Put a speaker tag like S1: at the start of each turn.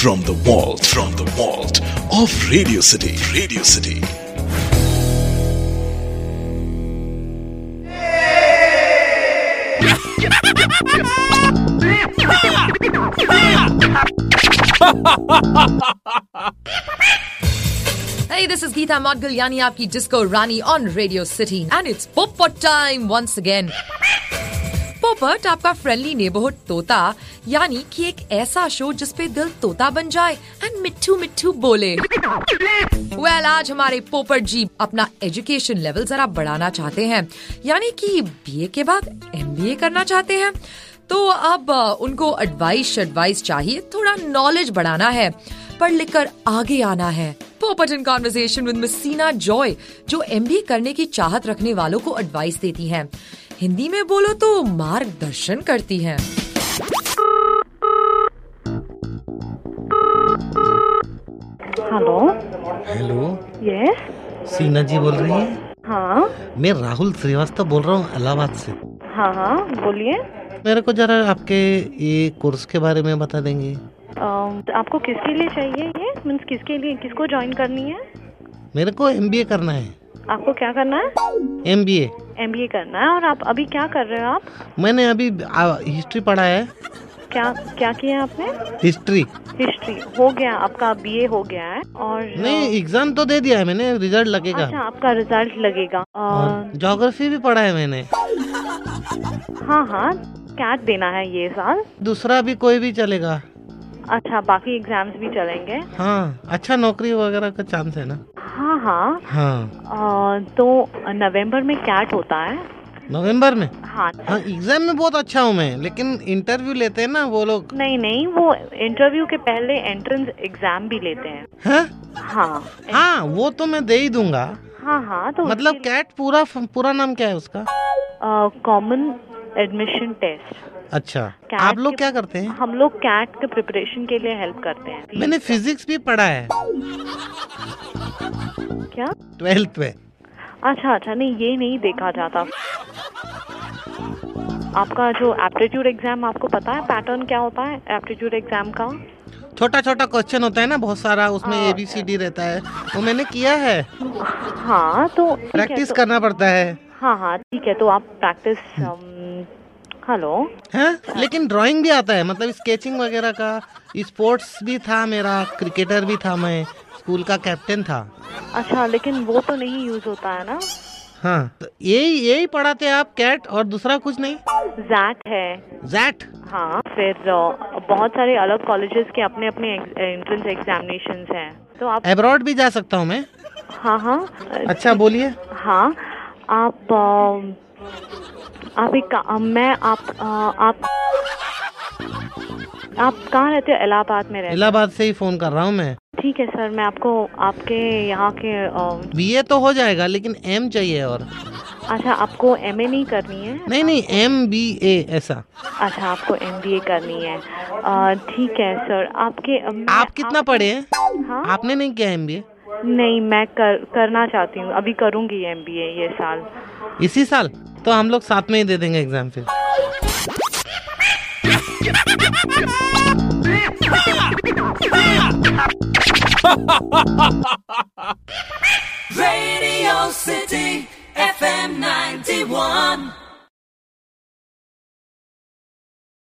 S1: from the vault from the vault of radio city radio city
S2: Hey, this is Geeta Madgulyani, aapki disco rani on Radio City, and it's Popper time once again. Popat आपका friendly neighbourhood तोता यानी कि एक ऐसा show जिसपे दिल तोता बन जाए एंड मिट्ठू मिट्ठू बोले वेल well, आज हमारे पोपट जी अपना एजुकेशन लेवल जरा बढ़ाना चाहते हैं यानी कि बीए के बाद एमबीए करना चाहते हैं तो अब अ, उनको एडवाइस एडवाइस चाहिए थोड़ा नॉलेज बढ़ाना है पढ़ लिख कर आगे आना है Popat in conversation with miss Seena Joy जो एमबीए करने की चाहत रखने वालों को एडवाइस देती हैं हिंदी में बोलो तो मार्गदर्शन करती हैं
S3: hello
S4: hello
S3: yes
S4: Seena ji बोल रही है
S3: हाँ
S4: मैं राहुल श्रीवास्तव बोल रहा हूँ इलाहाबाद से
S3: हाँ हाँ बोलिए
S4: मेरे को जरा आपके ये कोर्स के बारे में बता देंगे
S3: अम, तो आपको किसके लिए चाहिए ये मीन्स किसके लिए किसको ज्वाइन करनी है
S4: मेरे को एमबीए करना है
S3: आपको क्या करना है
S4: एमबीए
S3: एमबीए करना है और आप अभी क्या कर रहे हो आप
S4: मैंने अभी आ, हिस्ट्री पढ़ा है
S3: क्या क्या किया है आपने
S4: हिस्ट्री
S3: हिस्ट्री हो गया आपका बीए हो गया है और अ,
S4: नहीं एग्जाम तो दे दिया है मैंने रिजल्ट
S3: अच्छा
S4: लगेगा
S3: आपका रिजल्ट लगेगा अ,
S4: और ज्योग्राफी भी पढ़ा है मैंने
S3: हाँ हाँ कैट देना है ये साल
S4: दूसरा भी कोई भी चलेगा
S3: अच्छा बाकी एग्जाम्स भी चलेंगे
S4: हाँ अच्छा नौकरी वगैरह का चांस है ना
S3: हाँ हाँ
S4: हाँ
S3: अ, तो नवंबर में कैट होता है
S4: नवंबर में
S3: हाँ
S4: हाँ एग्जाम में बहुत अच्छा हूँ मैं लेकिन इंटरव्यू लेते हैं ना वो लोग
S3: नहीं नहीं वो इंटरव्यू के पहले एंट्रेंस एग्जाम भी लेते हैं
S4: हैं
S3: हाँ
S4: हाँ वो तो मैं दे ही दूंगा
S3: हाँ हाँ तो
S4: मतलब कैट पूरा पूरा नाम क्या है उसका
S3: कॉमन एडमिशन टेस्ट
S4: अच्छा
S3: कैट
S4: आप लोग
S3: के- हाँ,
S4: क्या करते हैं
S3: हम लोग कैट के प्रिपरेशन के लिए हेल्प करते हैं
S4: मैंने फिजिक्स भी पढ़ा है
S3: क्या
S4: ट्वेल्थ में
S3: अच्छा अच्छा नहीं ये नहीं देखा जाता आपका जो एप्टीट्यूड एग्जाम आपको पता है पैटर्न क्या होता है एप्टीट्यूड एग्जाम का
S4: छोटा छोटा क्वेश्चन होता है ना बहुत सारा उसमें ए बी सी डी रहता है वो मैंने किया है
S3: हाँ तो ठीक है,
S4: प्रैक्टिस
S3: तो-
S4: करना पड़ता है
S3: हाँ हाँ ठीक है तो आप um, प्रैक्टिस हम्म। हेलो हाँ।
S4: हैं लेकिन ड्राइंग भी आता है मतलब स्केचिंग वगैरह का स्पोर्ट्स भी था मेरा क्रिकेटर भी था मैं स्कूल का कैप्टन था
S3: अच्छा लेकिन वो तो नहीं यूज होता है ना
S4: हाँ तो यही यही पढ़ाते हैं आप कैट और दूसरा कुछ नहीं
S3: जैट है
S4: जैट
S3: हाँ फिर अ, बहुत सारे अलग कॉलेजेस के अपने अपने एंट्रेंस एग्जामिनेशन हैं तो आप
S4: एब्रॉड भी जा सकता हूँ मैं
S3: हाँ हाँ अ,
S4: अच्छा बोलिए
S3: हाँ आप अ, आप एक का- अ, मैं आप अ, आप आप कहाँ रहते हो इलाहाबाद में रहते
S4: इलाहाबाद से ही फोन कर रहा हूँ मैं
S3: हो ठीक है सर मैं आपको आपके यहाँ के अ,
S4: बीए तो हो जाएगा लेकिन एम चाहिए और
S3: अच्छा आपको एमए नहीं करनी है
S4: नहीं नहीं एम बी ए ऐसा
S3: अच्छा आपको एमबीए करनी है अ, ठीक है सर आपके अ, मैं-
S4: आप कितना पढ़े हैं
S3: हाँ
S4: आपने नहीं किया एम बी ए
S3: नहीं मैं कर करना चाहती हूँ अभी करूँगी एम ये साल
S4: इसी साल तो हम लोग साथ में ही दे देंगे एग्जाम फिर
S5: Radio City FM 91.